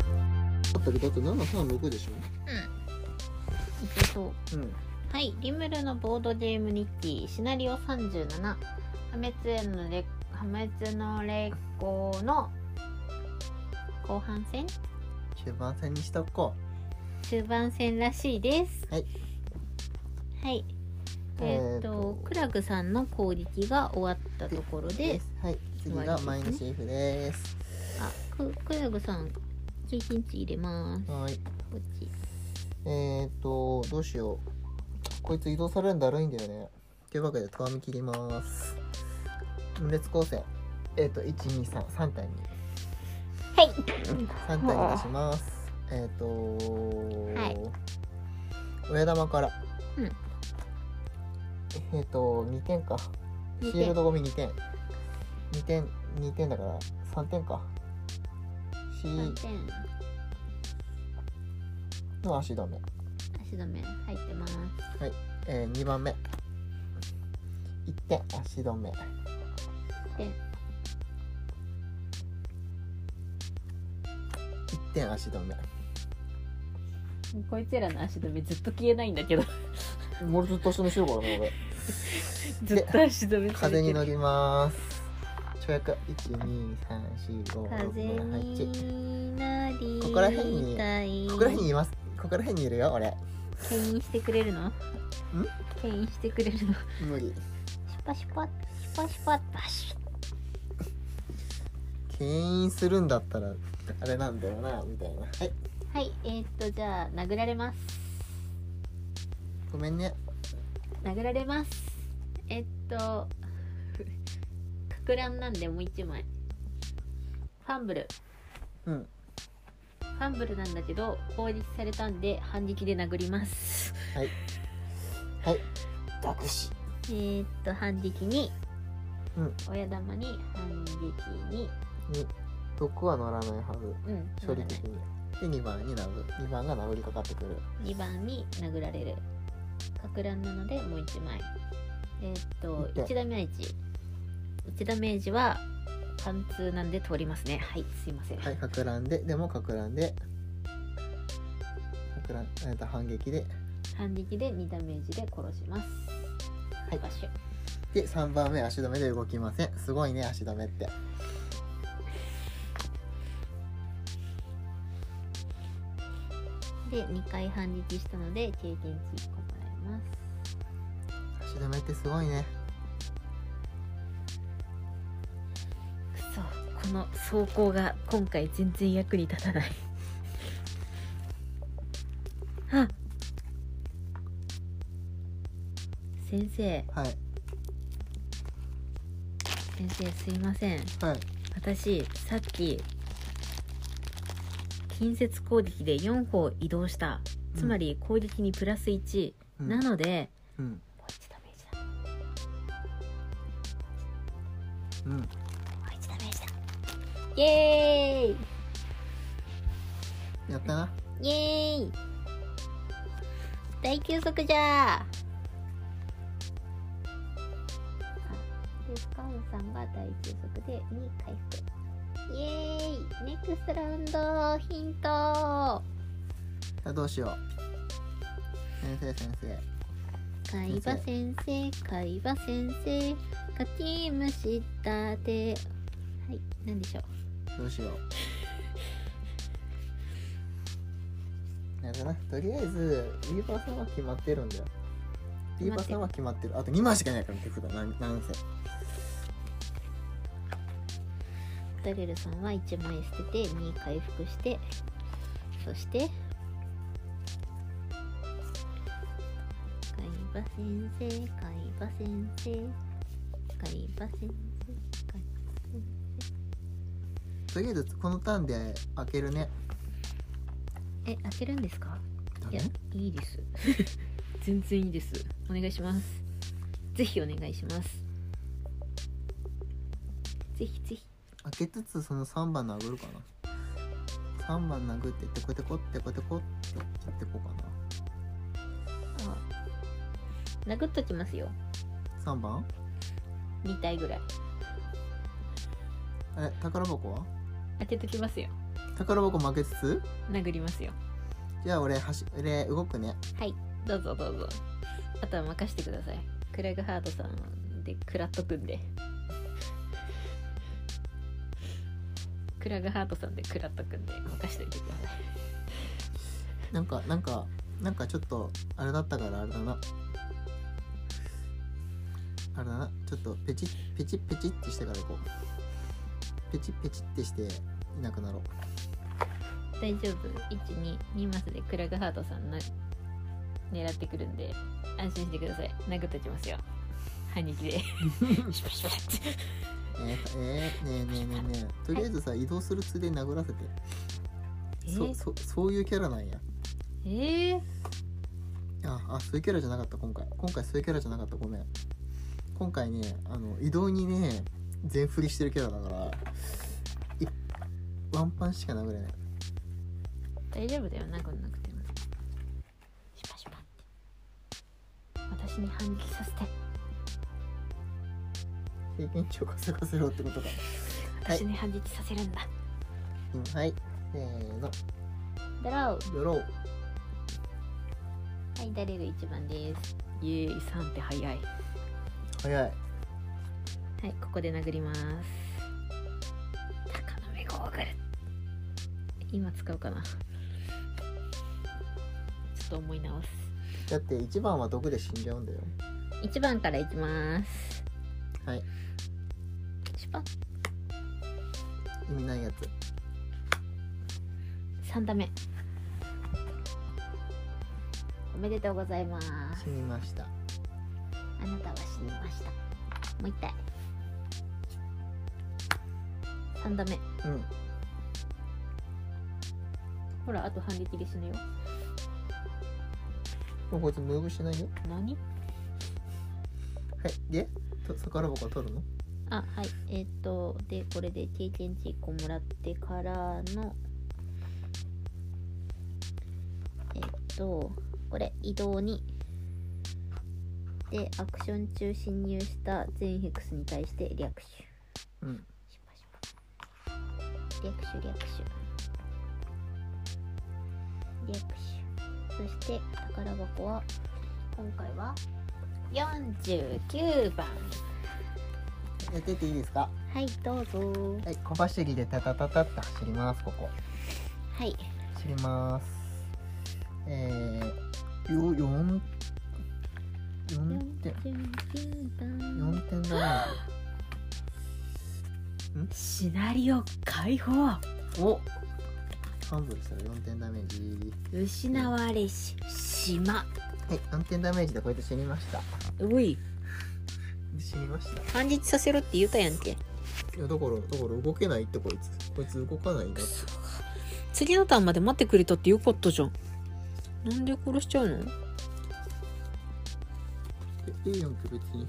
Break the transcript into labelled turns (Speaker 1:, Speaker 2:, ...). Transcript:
Speaker 1: ったけどだって736でし
Speaker 2: いけそう
Speaker 1: ょうん
Speaker 2: はい、リムルのボードゲーム日記シナリオ37破滅へのれ破滅の霊光の後半戦
Speaker 1: 中盤戦にしとこ
Speaker 2: 中盤戦らしいです
Speaker 1: はい、
Speaker 2: はい、
Speaker 1: う
Speaker 2: えーっとクラグさんの攻撃が終わったところで
Speaker 1: はい次がマイナシーフです
Speaker 2: あククラグさん経験値入れます
Speaker 1: はい
Speaker 2: こっち
Speaker 1: えーっとどうしようこいつ移動されるんだるいんだよねというわけでとみ切ります無列構成えーっと1233体に
Speaker 2: はい
Speaker 1: 3体に出しますえーっと、
Speaker 2: はい
Speaker 1: 親玉から
Speaker 2: うん
Speaker 1: えーっと2点かシ
Speaker 2: 二点
Speaker 1: ールドゴミ2点2点2点だから3点かシー
Speaker 2: 3点
Speaker 1: の足止め
Speaker 2: 足止め入ってます
Speaker 1: えー、2番目1点足止め
Speaker 2: 点
Speaker 1: 1点足止め
Speaker 2: こいつらの足止めずっと消えないんだけど
Speaker 1: 俺ずっと足止めしてるからね
Speaker 2: ずっと足止め
Speaker 1: 俺風に乗ります跳躍
Speaker 2: 風
Speaker 1: 1234567
Speaker 2: になり
Speaker 1: ここら辺に
Speaker 2: たい
Speaker 1: ここら辺にいますここら辺にいるよ俺
Speaker 2: 牽引してくれるの牽引してくれるのシ
Speaker 1: 無理
Speaker 2: ュパシュパシュパシュパバシュ
Speaker 1: 牽引するんだったらあれなんだよなみたいなはい
Speaker 2: はいえー、っとじゃあ殴られます
Speaker 1: ごめんね
Speaker 2: 殴られますえっとかく乱なんでもう一枚ファンブル
Speaker 1: うん
Speaker 2: ファンブルなんだけど攻撃されたんで反撃で殴ります
Speaker 1: はい爆死
Speaker 2: えー、っと反撃に、
Speaker 1: うん
Speaker 2: 親玉に反撃に
Speaker 1: 毒は乗らないはず
Speaker 2: うん
Speaker 1: 処理的にで2番に殴る2番が殴りかかってくる
Speaker 2: 2番に殴られるか乱なのでもう1枚えーっと
Speaker 1: 一
Speaker 2: 1ダメージ1ダメージは貫通なんで通りますねはいすいません、
Speaker 1: はいかく乱ででもかく乱でかく乱えっと反撃で
Speaker 2: 反撃で2ダメージで殺します
Speaker 1: はい
Speaker 2: バッシュ
Speaker 1: で3番目足止めで動きませんすごいね足止めって
Speaker 2: で2回反撃したので経験値1個もらえます
Speaker 1: 足止めってすごいね
Speaker 2: くそこの走行が今回全然役に立 たないあ先生
Speaker 1: はい
Speaker 2: 先生すいません
Speaker 1: はい
Speaker 2: 私さっき近接攻撃で4歩移動したつまり攻撃にプラス1、
Speaker 1: うん
Speaker 2: なので
Speaker 1: うん
Speaker 2: もう1ダメージ
Speaker 1: う
Speaker 2: だ
Speaker 1: ん
Speaker 2: もう1ダメージだイエーイ
Speaker 1: やったな
Speaker 2: イエーイ大休息じゃあでスカウンさんが大休息で2回復イエーイネクストラウンドヒント
Speaker 1: あどうしよう先生先生
Speaker 2: 海馬先生海馬先生かきむしたてはい何でしょう
Speaker 1: どうし よう。なんだな、とりあえず、ビーバーさんは決まってるんだよ。ビーバーさんは決まってる。あと2枚しかいないから、手札、なんなんせ。
Speaker 2: ダレルさんは1枚捨てて2回復してそして海馬先生海馬先生海馬先生海
Speaker 1: とりあえず、このターンで開けるね。
Speaker 2: 馬え開けるんですか
Speaker 1: だ
Speaker 2: いや
Speaker 1: ね
Speaker 2: いいです全然いいですお願いしますぜひお願いしますぜひぜひ
Speaker 1: 開けつつ、その3番殴るかな。3番殴ってって、こうやってこって、こうやってこって、やってこうか
Speaker 2: あ殴っときますよ
Speaker 1: な。3番
Speaker 2: 2体ぐらい
Speaker 1: え、宝箱は
Speaker 2: 当てときますよ
Speaker 1: 宝箱負けつつ
Speaker 2: 殴りますよ
Speaker 1: じゃあ俺走俺動くね
Speaker 2: はいどうぞどうぞあとは任してくださいクレグハートさんで食らっとくんでクラグハートさんで食らっとくんで任しといてください
Speaker 1: なんかなんかなんかちょっとあれだったからあれだなあれだなちょっとペチッペチッペチッってしてから行こうペチッペチッってしていなくなろう
Speaker 2: 大丈夫122マスでクラグハートさんの狙ってくるんで安心してください殴っときますよ反撃 でシュパシュパって
Speaker 1: えー、えー、ねえねえねえねえとりあえずさ移動するついでに殴らせて、
Speaker 2: え
Speaker 1: そ
Speaker 2: ー
Speaker 1: そそういうキャラなんや
Speaker 2: えー
Speaker 1: ああそういうキャラじゃなかった今回今回そういうキャラじゃなかったごめん今回ねあの移動にね全振りしてるキャラだからいワンパンしか殴れない
Speaker 2: 大丈夫だよ殴んなくてもシュパシュパって私に反撃させて
Speaker 1: 経験値を稼がせろってことかはい
Speaker 2: 私に反撃させるんだ、
Speaker 1: うんはいせーの
Speaker 2: ドロー
Speaker 1: ドロー
Speaker 2: はい、ダレル一番です。イエーイ、3って早い。はい、
Speaker 1: 早い
Speaker 2: ここで殴ります。高の目ゴーグル。今使うかな。ちょっと思い直す。
Speaker 1: だって1番は毒で死んじゃうんだよ
Speaker 2: 1番からいきます。
Speaker 1: はい
Speaker 2: シュパッ
Speaker 1: 意味ないやつ
Speaker 2: 3打目。おめでとうございます。
Speaker 1: 死にました
Speaker 2: あなたは死にました。もう一回。3打目。
Speaker 1: うん
Speaker 2: ほら、あと反撃で死ぬよ。
Speaker 1: もうこいつムーブしないよ
Speaker 2: 何
Speaker 1: はいでと宝箱取るの
Speaker 2: あはいえっ、とでこれで経験値1個もらってからのえっ、とこれ移動にでアクション中侵入した全ヘクスに対して略手
Speaker 1: うん
Speaker 2: しましょう略手略手略手そして宝箱は今回は49番
Speaker 1: やってっていいですか
Speaker 2: はいどうぞ
Speaker 1: はい小走りでタタタタって走りますここ
Speaker 2: はい
Speaker 1: 走りますえー、よ4 4点4点だね
Speaker 2: シナリオ解放
Speaker 1: お半分したら4点ダメージ
Speaker 2: 失われし島
Speaker 1: はい4点ダメージでこうやって死にました
Speaker 2: おい
Speaker 1: 死にました
Speaker 2: 反日させろって言うたやんけ
Speaker 1: いやだからだから動けないってこいつこいつ動かないんだって
Speaker 2: 次のターンまで待ってくれたってよかったじゃんなんで殺しちゃうの
Speaker 1: えいいやんけ別に